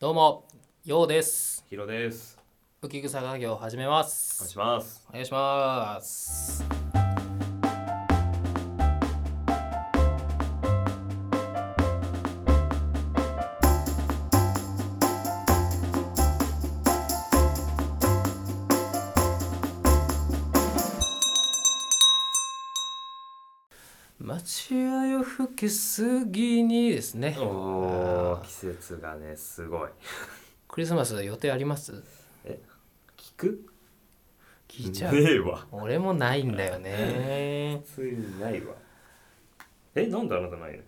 どうも、ようです。ヒロです。浮草家業を始めます。お願いします。お願いします。街は夜更けすぎにですね。おお、季節がね、すごい。クリスマス予定あります？聞く。聞いちゃう。ねえわ。俺もないんだよね。ついにないわ。え、なんであなたない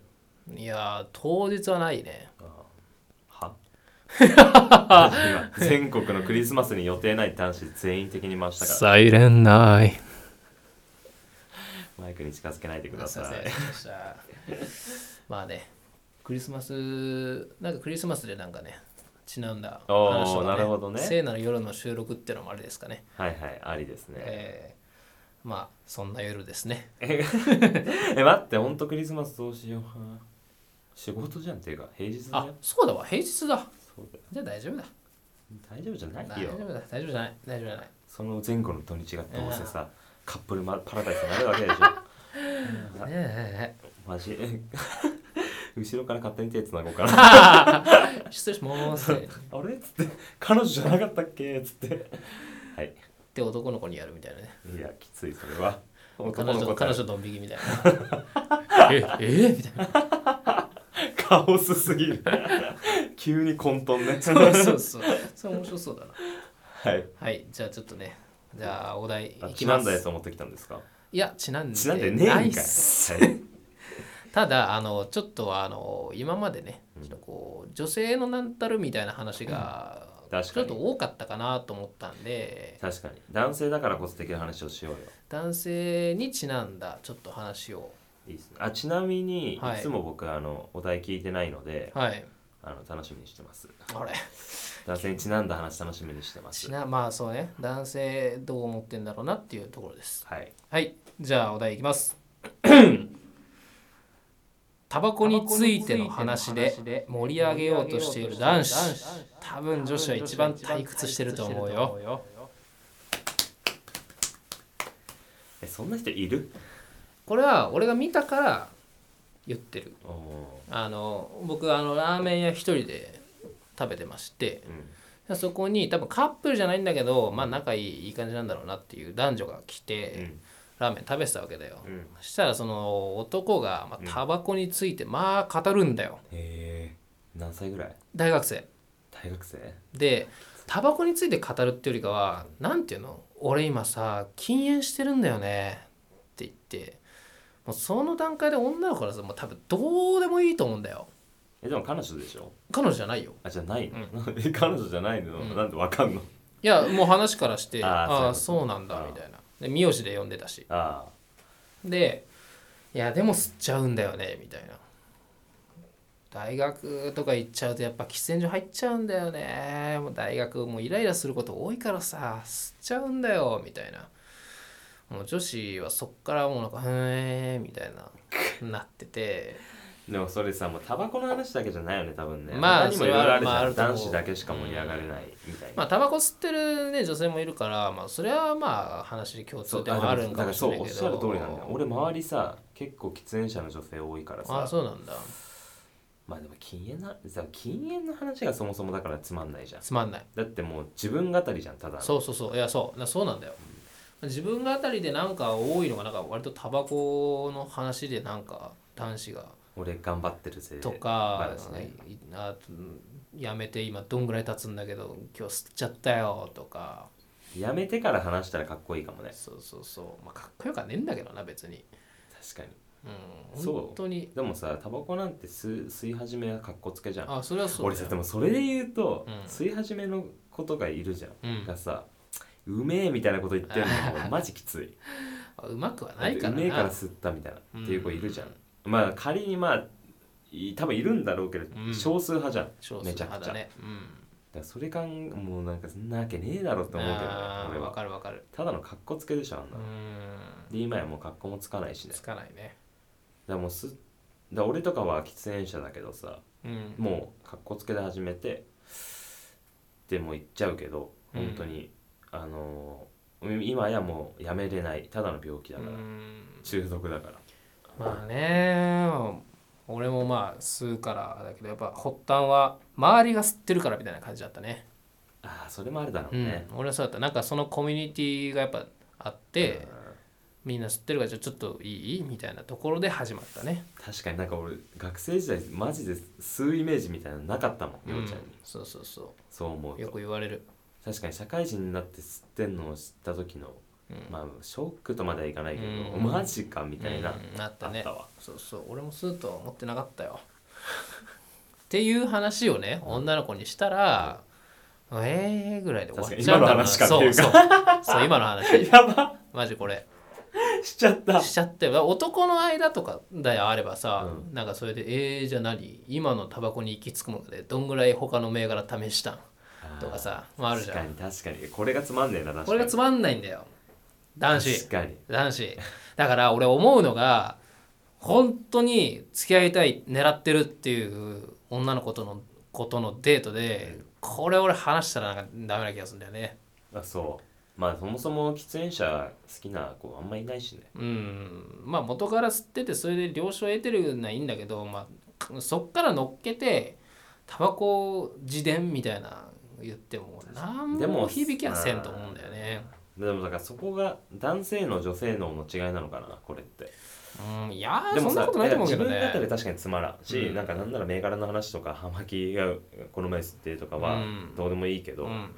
の。いやー当日はないねは。 今全国のクリスマスに予定ないって話全員的に回したからイレンナイマイクに近づけないでくだすいさませんい失礼しましたまあねクリスマスなんかクリスマスでなんかねちなんだおー話を、ね、なるほどね聖なる夜の収録ってのもあれですかね、はいはいありですねえーまあそんな夜ですねえ待ってほんとクリスマスどうしよう仕事じゃんっていうか平日だあよそうだわ平日だそうだよじゃあ大丈夫だ大丈夫じゃない大よ丈夫だ大丈夫じゃない大丈夫じゃないその前後の土日がどうせさ、カップルまパラダイスになるわけでしょねえねえねマジ 後ろから勝手に手つなごうかな あえ失礼し ますっれっつって彼女じゃなかったっけっつってはいて男の子にやるみたいなねいやきついそれは彼男の女子彼彼女女ドン引きみたい なええみたいなカオスすぎ る急に混沌ねそう そうそう。それ面白そうだな。 はいはい、じゃあちょっとね、じゃあお題いきあます。ちなんだやつを持ってきたんですかいや、ちなんでちなんでねえんかないいっすただ、あの、ちょっとあの、今までね、ちょっとこう、女性のなんたるみたいな話が、うん確ちかょっにと多かったかなと思ったんで、確かに男性だからこそできる話をしようよ男性にちなんだちょっと話を。いいっすねあちなみにいはいつも僕あのお題聞いてないので、はい。あの楽しみにしてますあれ男性にちなんだ話楽しみにしてますちなまあそうね男性どう思ってんだろうなっていうところですはいはい、じゃあお題いきます。タバコについての話で盛り上げようとしている男子。多分女子は一番退屈してると思うよ。えそんな人いるこれは俺が見たから言ってる。おおあの僕あのラーメン屋一人で食べてましてー、うん、そこに多分カップルじゃないんだけどまあ仲いいいい感じなんだろうなっていう男女が来て、うんラーメン食べてたわけだよ、うんそしたらその男が、まあ、タバコについてまあ語るんだよへえ何歳ぐらい大学生大学生でタバコについて語るってよりかは何ていうの俺今さ禁煙してるんだよねって言ってもうその段階で女の子からさもう多分どうでもいいと思うんだよえでも彼女でしょ彼女じゃないよあじゃあないの、え 彼女じゃないの、なんでわかんのいやもう話からしてああーあーそそうういうことなんだあーみたいなで名字で呼んでたしああでいやでも吸っちゃうんだよねみたいな大学とか行っちゃうとやっぱ喫煙所入っちゃうんだよねもう大学もうイライラすること多いからさ吸っちゃうんだよみたいなもう女子はそっからもうなんか「へえ」みたいななっててでもそれさもうタバコの話だけじゃないよね多分ねまあ他にもいろいろあるじそれはまああゃるんと思う男子だけしか盛り上がれないみたいな、まあタバコ吸ってるね女性もいるからまあそれはまあ話に共そう通点はあるんかもしれないだけからどそうおっしゃる通りなんだよ俺周りさ結構喫煙者の女性多いからあさそうなんだまあでも禁煙なさ禁煙の話がそもそもだからつまんないじゃんつまんないだってもう自分語りじゃんただのそうそうそういやそうなそうなんだよ自分があたりでなんか多いのがなんか割とタバコの話でなんか男子が俺頑張ってるぜとか話ねいあやめて今どんぐらい経つんだけど今日吸っちゃったよとかやめてから話したらかっこいいかもねそうそうそうまあかっこよくはねえんだけどな別に確かにうんそう本当にでもさタバコなんて吸吸い始めはかっこつけじゃんあそれはそう俺ださよでもそれで言うと、うん吸い始めのことがいるじゃん、うんがさうめえみたいなこと言ってんの 俺マジきついあうまくはないからうめえからな吸ったみたいな、っていう子いるじゃんまあ仮にまあい多分いるんだろうけど、うん少数派じゃん少数めちゃ派くちゃ、だねうんだからそれかんもうなんかそんなわけねえだろって思うけどねあ俺ーわはかるわかるただの格好つけでしょあんうなの、んで今やもう格好もつかないしねだつかかないねらもうすだから俺とかは喫煙者だけどさうんもう格好つけで始めてでも言っちゃうけど本当に、あのー今やもうやめれないただの病気だうから、ん中毒だからまあね俺もまあ吸うからだけどやっぱ発端は周りが吸ってるからみたいな感じだったねああそれもあるだろううんね、俺はそうだったなんかそのコミュニティがやっぱあって、みんな吸ってるからじゃあちょっといいみたいなところで始まったね確かになんか俺学生時代マジで吸うイメージみたいなのなかったもんようちゃんに、うんそうそうそそう思ううよとく言われる確かに社会人になって吸ってんのを知った時の、うんまあショックとまではいかないけど、うんマジかみたいな、うんあったねあったわそうそう俺も吸うとは思ってなかったよっていう話をね女の子にしたら、ええー、ぐらいで終わっちゃうんだろうな確かに今の話そかうそうそう今の話 やばマジこれ しちゃったしちゃって男の間とかであればさ、うなんかそれで「えー、じゃあ何今のタバコに行き着くまでどんぐらい他の銘柄試したん?」とかさまああるじゃん確かに確かにこれがつまんねえな確かにこれがつまんないんだよ男子確かに男子だから俺思うのが本当に付き合いたい狙ってるっていう女の子とのことのデートでこれ俺話したらなんかダメな気がするんだよねあそうまあそもそも喫煙者好きな子あんまいないしねうんまあ元から吸っててそれで了承得てるのはいいんだけど、まあ、そっから乗っけてタバコ自伝みたいな言っても何でもも響きはせんと思うんだよねでもだからそこが男性の女性のの違いなのかなこれってうんいやーでそんなことないと思うけどいや自分の中でね確かにつまらんし、うんなんかなんなら銘柄の話とか葉巻がこの前吸ってとかはうんどうでもいいけうど、ん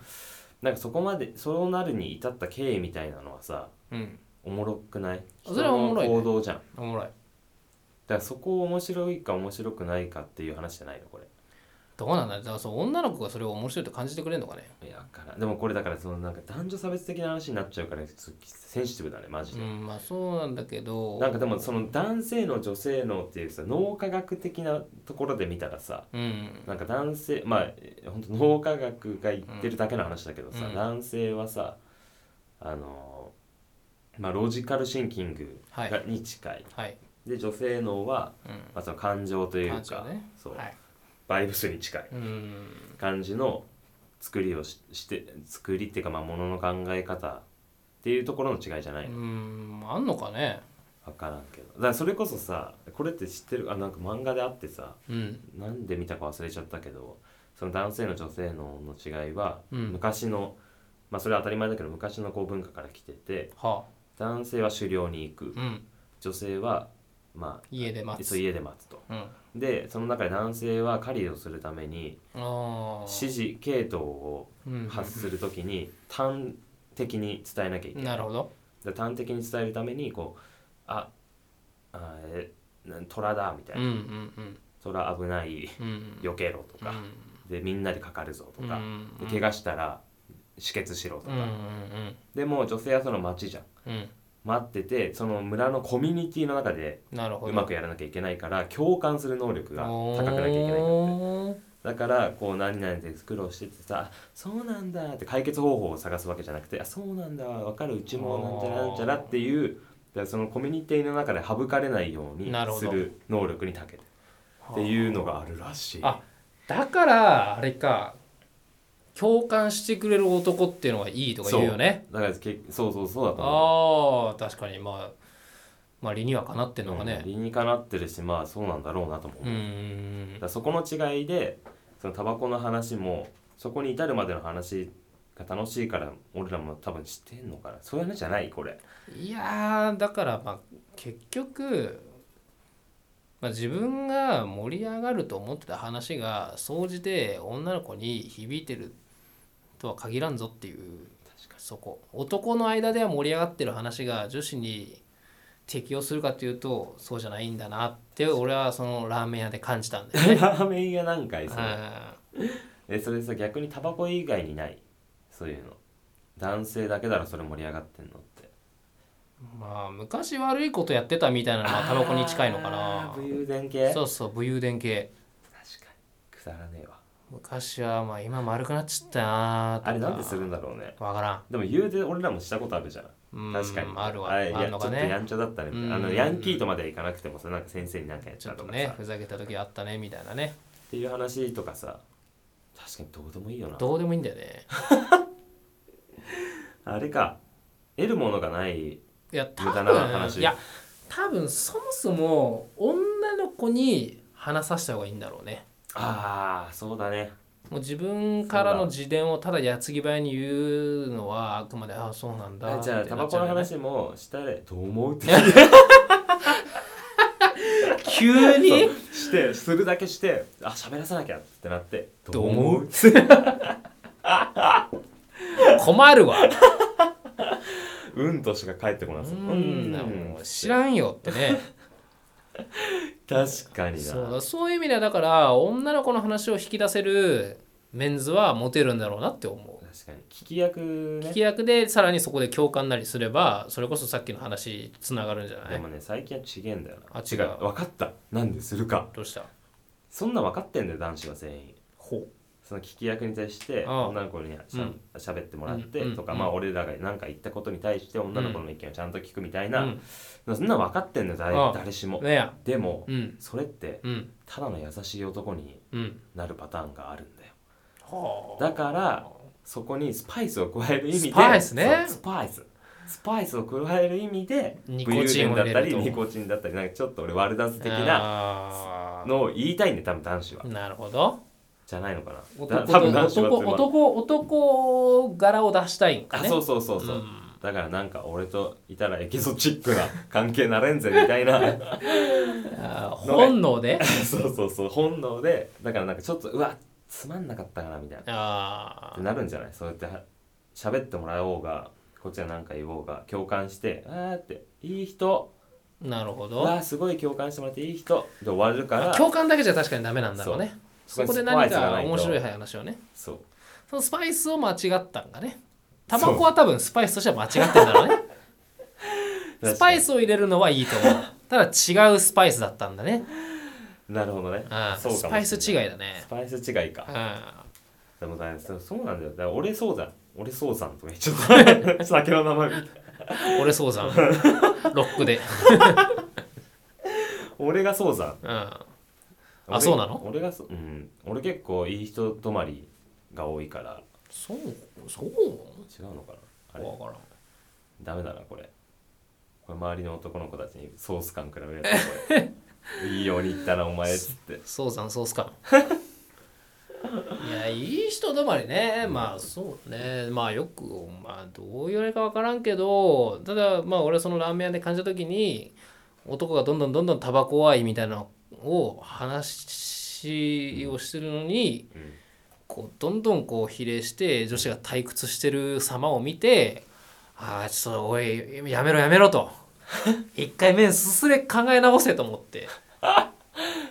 なんかそこまでそうなるに至った経緯みたいなのはさうんおもろくないそれはおもろいね人の行動じゃんだおもろいからそこを面白いか面白くないかっていう話じゃないのこれどうなんだろうだからそう女の子がそれを面白いと感じてくれるのかねいやわからんでもこれだからそのなんか男女差別的な話になっちゃうからすセンシティブだねマジうで、んまあそうなんだけどなんかでもその男性の女性のっていうさ脳科学的なところで見たらさうんなんか男性まあえ本当脳科学が言ってるだけの話だけどさ、うん男性はさあのーまあロジカルシンキングが、はいに近いはいで女性脳は、うんまあ、その感情という感じかだ、ねそう、はいバイブスに近いうん感じの作りをしして作りっていうかまあものの考え方っていうところの違いじゃなういの、んあんのかね分からんけどだからそれこそさこれって知ってるあなんか漫画であってさうんなんで見たか忘れちゃったけどその男性の女性のの違いは、うん昔のまあそれは当たり前だけど昔のこう文化から来てては男性は狩猟に行くあうん女性はまあ家で待つそう家で待つとうんでその中で男性は狩りをするためにああ指示系統をうん発するときに端的に伝えなきゃいけないなるほどで端的に伝えるためにこう「ああえな虎だ」みたいうんうな「んうん虎危ないうん避けろ」とうかん「でみんなでかかるぞ」とかうん「で怪我したら止血しろ」とうんうんかでも女性はその町じゃんうんうん待っててその村のコミュニティの中でなるほどうまくやらなきゃいけないから共感する能力が高くなきゃいけないんだっておーだからこう何々で苦労しててさあ「そうなんだ」って解決方法を探すわけじゃなくて「あそうなんだわかるうちもなんちゃらなんちゃら」っていうだからそのコミュニティの中で省かれないようになるほすどる能力に長けてっていうのがあるらしい。あだからあれか共感してくれる男っていうのがいいとか言うよねだからけそうそうそうだと思あう。あ確かにまあまあ理にはかなってんのかね理にかなってるしまあそうなんだろうなともう思う。だんからそこの違いでそのタバコの話もそこに至るまでの話が楽しいから俺らも多分知ってんのかなそういう話じゃな いこれ。いやーだからまあ結局、まあ、自分が盛り上がると思ってた話が総じて女の子に響いてるとは限らんぞっていうそこ男の間では盛り上がってる話が女子に適用するかというとそうじゃないんだなって俺はそのラーメン屋で感じたんだよね。ラーメン屋なんかいそれうんえそれさ逆にタバコ以外にないそういうの男性だけだろそれ盛り上がってんのってまあ昔悪いことやってたみたいなのはタバコに近いのかあなー武勇伝系そうそう武勇伝系確かにくだらねえわ昔はまあ今丸くなっちゃったなとかあれなんでするんだろうねわからでも言うて俺らもしたことあるじゃんんうん確かにあるわあれいあんやちょのっとかねやんちゃだったねみたういなんあのヤンキーとまではいかなくてもさなんか先生になんかやっちちょゃうっととかさねふざけた時あったねみたいなねっていう話とかさ確かにどうでもいいよなどうでもいいんだよねあれか得るものがないいや多無駄な分話いや多分そもそも女の子に話させた方がいいんだろうねああそうだねもう自分からの自伝をただ矢継ぎ早に言うのはあくまでああそうなんだじゃあってタなバっちコゃうのんだよね話もしたでどう思うって 急にしてするだけしてあ喋らさなきゃってなってどう思う困るわうんとしか返ってこなういんもう知らんよってね確かになそうだそういう意味ではだから女の子の話を引き出せるメンズはモテるんだろうなって思う確かに聞き役ね聞き役でさらにそこで共感なりすればそれこそさっきの話つながるんじゃなでいもね最近はちげえんだよなあ違う分かったなんでするかどうしたそんな分かってんだよ男子は全員ほその聞き役に対してああ女の子にしゃ,、うん喋ってもらってうんとか、うんまあ俺らが何か言ったことに対して女の子の意見をちゃんと聞くみたいうな、うんそんな分かってんだよ誰ああ誰しもねやでも、うんそれってうんただの優しい男にうんなるパターンがあるんだよはあだからそこにスパイスを加える意味でスパイスねそうスパイススパイスを加える意味でニコチンを武勇伝入だっれたるりとニコチンだったりなんかちょっと俺悪ダス的ななのを言いたいんで多分男子はなるほどじゃないのかなだ男多分男子は男つま男男柄を出したいんかあねそうそうそうそう、うんだからなんか俺といたらエキゾチックな関係なれんぜみたいなあー本能で そうそうそう本能でだからなんかちょっとうわつまんなかったかなみたいなあってなるんじゃないそうやっては喋ってもらおうがこっちは何か言おうが共感して「あー」って「いい人」あ なるほ「うどわーすごい共感してもらっていい人」で終わるからまあ共感だけじゃ確かにダメなんだろうねそそうこでスパ何イスがかないと面白い話をねそうそのスパイスを間違ったんだねタバコは多分スパイスとしては間違ってんだろうねスパイスを入れるのはいいと思う ただ違うスパイスだったんだねなるほどねあーそうスかパもしれないイス違いだねスパイス違いかあーでもだそうそうなんだよだから俺そうだ俺そうさんとか言っちゃった 酒の名前俺そうさんロックで俺がそうさうんん俺そうなの俺がそうん俺結構いい人止まりが多いからそうそう違うのかなあれわからんダメだなこれこれ周りの男の子たちにソース感比べるやつだこ れいいように言ったなお前っつってそうさんそうっす かいやいい人止まりねまあそうねまあよくまあどう言われるか分からんけどただまあ俺はそのラーメン屋で感じた時に男がどんどんどんどんタバコ愛みたいなのを話をしてるのに、うんこうどんどんこう比例して女子が退屈してる様を見てああちょっとおいやめろやめろ と一回面すすれ考え直せと思って。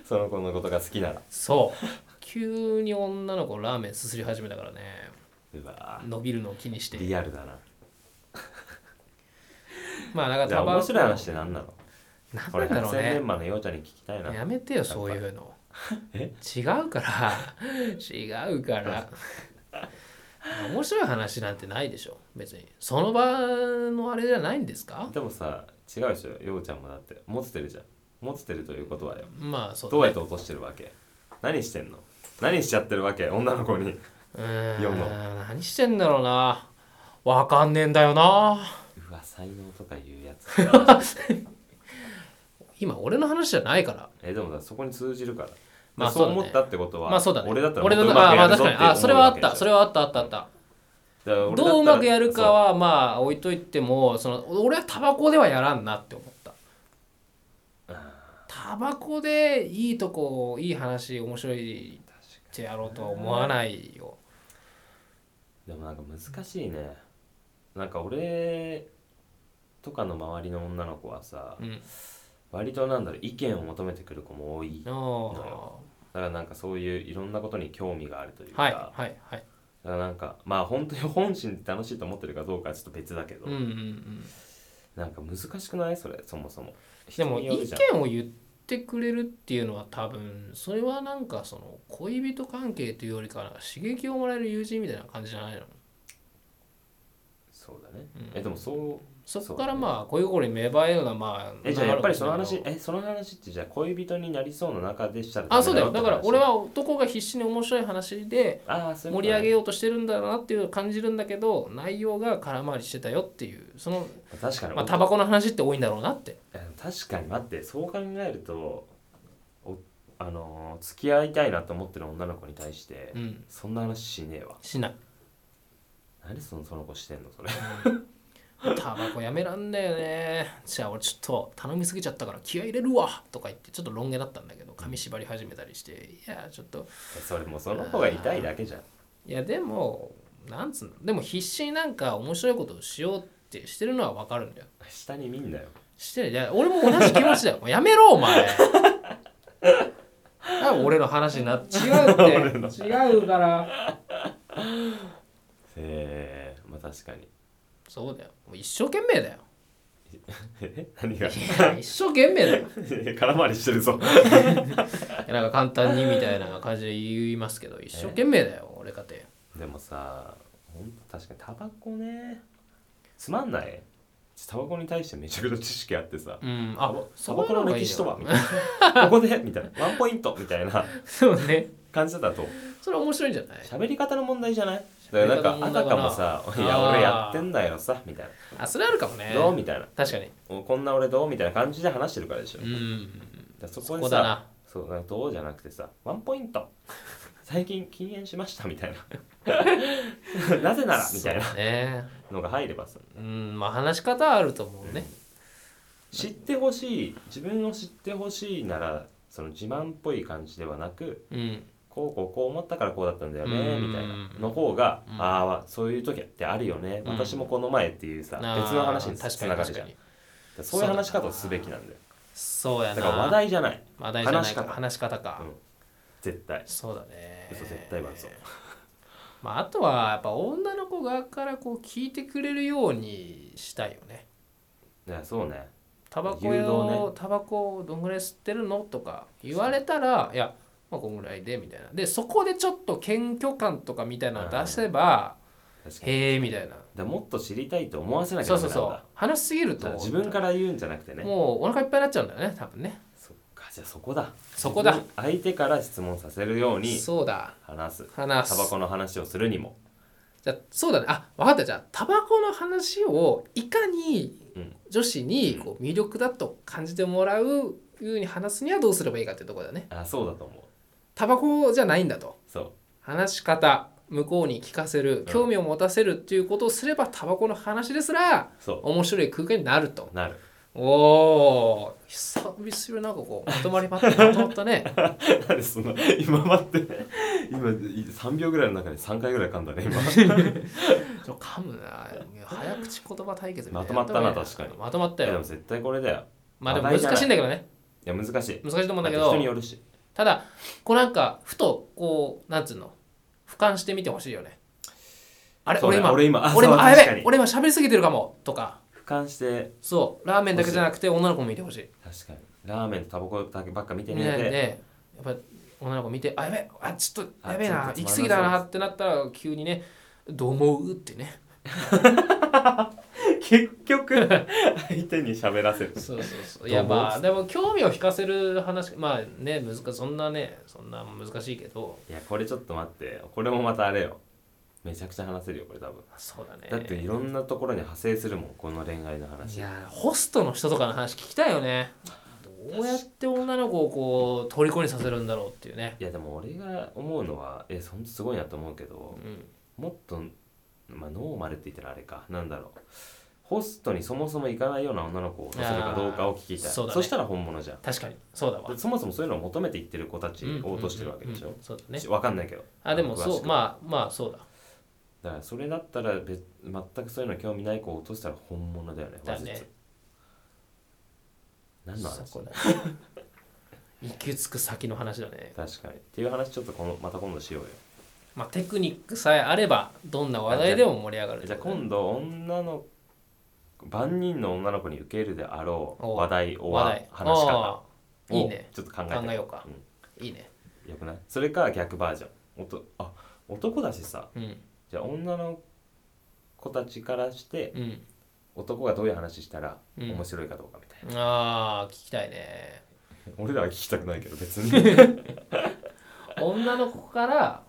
その子のことが好きならそう急に女の子ラーメンすすり始めたからねうわ伸びるのを気にしーてリアルだなまあだからじゃあタバ面コ白い話って何なのなんこれなんだ百ろう戦ね錬磨のようちゃんに聞きたいなやめてよそういうのえ違うから違うから面白い話なんてないでしょ別にその場のあれじゃないんですかでもさ違うでしょようちゃんもだって持ってるじゃん持ってるということはよまあそうどうやって落としてるわけ何してんの何しちゃってるわけ女の子にうー読むん何してんだろうなわかんねえんだよなうわ才能とかいうや つだ今俺の話じゃないからえでもだそこに通じるからまあそそううだね思ったってことは、まあそうだね俺だったら俺もっとのうまあまくやある確ぞかってにあそれはあったそれははあったあったあったどううまくやるかはまあ置いといてもその俺はタバコではやらんなって思ったタバコでいいとこいい話面白いってやろうとは思わないよでもなんか難しいねなんか俺とかの周りの女の子はさ、うん割となんだろう意見を求めてくる子も多いだああからなんかそういういろんなことに興味があるというか、はいはいはいだからなんかまあ本当に本心で楽しいと思ってるかどうかはちょっと別だけど、うんうんうんなんか難しくないそれそもそもでも人に意よるじゃん見を言ってくれるっていうのは多分それはなんかその恋人関係というよりかはなんか刺激をもらえる友人みたいな感じじゃないのそうだね、うんえでもそうそこからまあこういうところに芽生えるのはまあえじゃあやっぱりその話なるかもしれないけどえその話ってじゃあ恋人になりそうな中でしたらあそうだよだダメからって話俺は男が必死に面白い話であーそうい盛うことりね上げようとしてるんだなっていう感じるんだけど内容が空回りしてたよっていうその確かに、まあタバコの話って多いんだろうなって確かに待ってそう考えるとおあのー付き合いたいなと思ってる女の子に対して、うんそんな話しねえわしない何そのその子してんのそれ タバコやめらんだよねじゃあ俺ちょっと頼みすぎちゃったから気合い入れるわとか言ってちょっとロン毛だったんだけど髪縛り始めたりしていやちょっとそれもうその子が痛いだけじゃんいやでもなんつうのでも必死になんか面白いことをしようってしてるのはわかるんだよ下に見んなよしてるいや俺も同じ気持ちだよ もうやめろお前なんか俺の話になっ 違うって違うからへえまあ確かに そうだよもう一生懸命だよえ何が いや一生懸命だよ空回りしてるぞいやなんか簡単にみたいな感じで言いますけど一生懸命だよ俺かてでもさほんと確かにタバコねつまんないタバコに対してめちゃくちゃ知識あってさうんタあバタそバういコうののがいい歴よ史とはみたいなここでみたいなワンポイントみたいなそうね感じだとそれ面白いんじゃない喋り方の問題じゃないだからなんかあ喋り方の問題たかかなもさ「いあやー俺やってんだよさ」みたいあそれあるかもねな「どう?」みたいな確かに「おこんな俺どう?」みたいな感じで話してるからでしょうんだからそそこでこださなそうなんかどうじゃなくてさ「ワンポイント最近禁煙しました」みたい な「なぜなら」みたいなそうねのが入ればさうんまあ話し方はあると思うね知ってほしい自分を知ってほしいならその自慢っぽい感じではなくうんこうこうこう思ったからこうだったんだよねうんみたいなの方が、うんああそういう時ってあるよね、うん私もこの前っていうさあー別の話に確つかなにが確るじかゃんにそういう話し方をすべきなんだよそうやなだから話題じゃない話題じゃな話いしか方話し方かうん絶対そうだね嘘絶対バツまああとはやっぱ女の子側からこう聞いてくれるようにしたいよねねそうねタバコ誘導を、タバコをどんぐらい吸ってるのとか言われたらいやまあこんぐらいでみたいなでそこでちょっと謙虚感とかみたいなの出せば、確かにへえみたいなだからもっと知りたいと思わせなきゃそいうけなそいうんだそう話しすぎるだかとら自分から言うんじゃなくてねもうお腹いっぱいになっちゃうんだよね多分ねそっかじゃあそこだそこだ自分相手から質問させるようにそうだ話す話タすバコの話をするにもじゃあそうだねあ分かったじゃあタバコの話をいかにうん女子にこう魅力だと感じてもらうように話すにはどうすればいいかっていうところだねあそうだと思うタバコじゃないんだとそう話し方向こうに聞かせる興味を持たせるっていうことをすればタバコの話ですらそ面白い空間になるとうなるおおー久々になんかこうまとまりままとまったね なんでそんな今待って今3秒ぐらいの中で3回ぐらい噛んだね今ちょ噛むないや早口言葉対決みいなまとまったなや方がいい確かにまとまったいやでよも絶対これだよまあでも話題じゃない難しいんだけどねいや難しい難しいと思うんだけだって人にどよるしただこうなんかふとこうなんつうの俯瞰してみてほしいよねあれそうね俺今俺今あ俺そう今あや確かべに俺今喋りすぎてるかもとか俯瞰してそうラーメンだけじゃなくて女の子も見てほしい確かにラーメンとタバコだけばっか見て見ねないえででやっぱり女の子見て「あやべえあちょっとあやべえなちょ行っときつ過まぎらだなな」ってなったら急にね「どう思う?」ってね結局相手に喋らせるそうそうそういどうや思うまあでも興味を引かせる話まあね難しいそんなねそんな難しいけどいやこれちょっと待ってこれもまたあれよめちゃくちゃ話せるよこれ多分そうだねだっていろんなところに派生するもんこの恋愛のい話やホストの人とかの話聞きたいよねどうやって女の子をこう虜にさせるんだろうっていうねいやでも俺が思うのはえほんとすごいなと思うけどうんもっと、まあ、ノーマルって言ったらあれかなんだろうホストにそもそも行かないような女の子をさせるかどうかを聞きたいあーそ,、そうだねしたら本物じゃん確かにそうだわでそもそもそういうのを求めていってる子たちうんを落としてるわけでしょ、うんうんそうだねしわかんないけどあでもそうあまあまあそうだだからそれだったら別全くそういうの興味ない子を落としたら本物だよねだね話術何の話そこだ 行き着く先の話だね、確かにっていう話ちょっとこのまた今度しようよまあ、テクニックさえあればどんな話題でも盛り上がるじゃあ今度女の万人の女の子に受けるであろう話題お話話題し方あをいいねちょっと考えて考えようかんあいいねよくないそれか逆バージョンおとあ男だしさうんじゃあ女の子たちからしてうん男がどういう話したらうん面白いかどうかみたいああ聞きたいねな、 俺らは聞きたくないけど 別に女の子から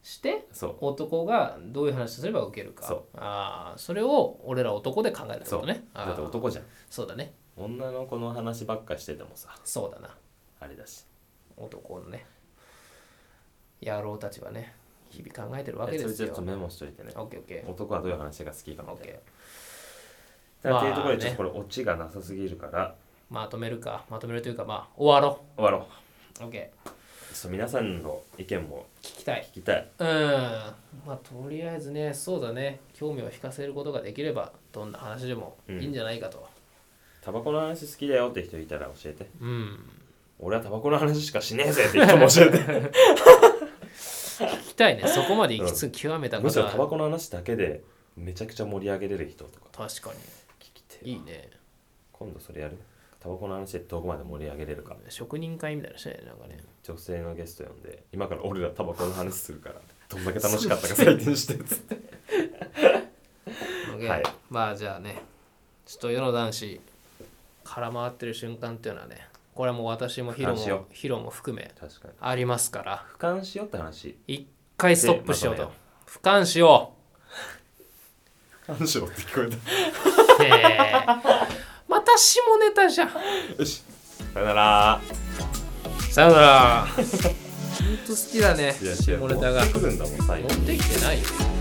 してそ男がどういう話をすれば受けるかそうあーそれを俺ら男で考えるっうてこそとうねあーだって男じゃんそうだね女の子の話ばっかしててもさそうだなあれだし男のね野郎たちはね日々考えてるわえけでそれすちょよっとメモしといてねオッケーオッケー男はどういう話が好きかみオッたいケなーだからっていまあねうところでちょっとこれオチがなさすぎるからまとめるかまとめるというかまあ終わろ終わろううオッケちょっと皆さんの意見もー聞きたい聞きたいうんまあとりあえずねそうだね興味を引かせることができればどんな話でもいいんじゃないかとタバコの話好きだよって人いたら教えてうん俺はタバコの話しかしねえぜって人も教え て聞きたいねそこまで行きつ極めたむこしとろタバはコの話だけでめちゃくちゃ盛り上げれる人とか確か聞きてにえいわいね今度それやるタバコの話でどこまで盛り上げれるか職人会みたいなのしたいねなんかね女性のゲスト呼んで今から俺らタバコの話するからどんだけ楽しかったか採点してっつ って OK はいまあじゃあねちょっと世の男子空回ってる瞬間っていうのはねこれはもう私もヒロ俯瞰しよもうヒロも含め確かにありますから俯瞰しようって話一回ストップしようでとまと俯瞰しよ俯瞰しようって聞こうへえ また下ネタじゃんえたよしさよならさよな らほんと好きだねいや下ネタが持ってくるんだもん最持後ってきてないよ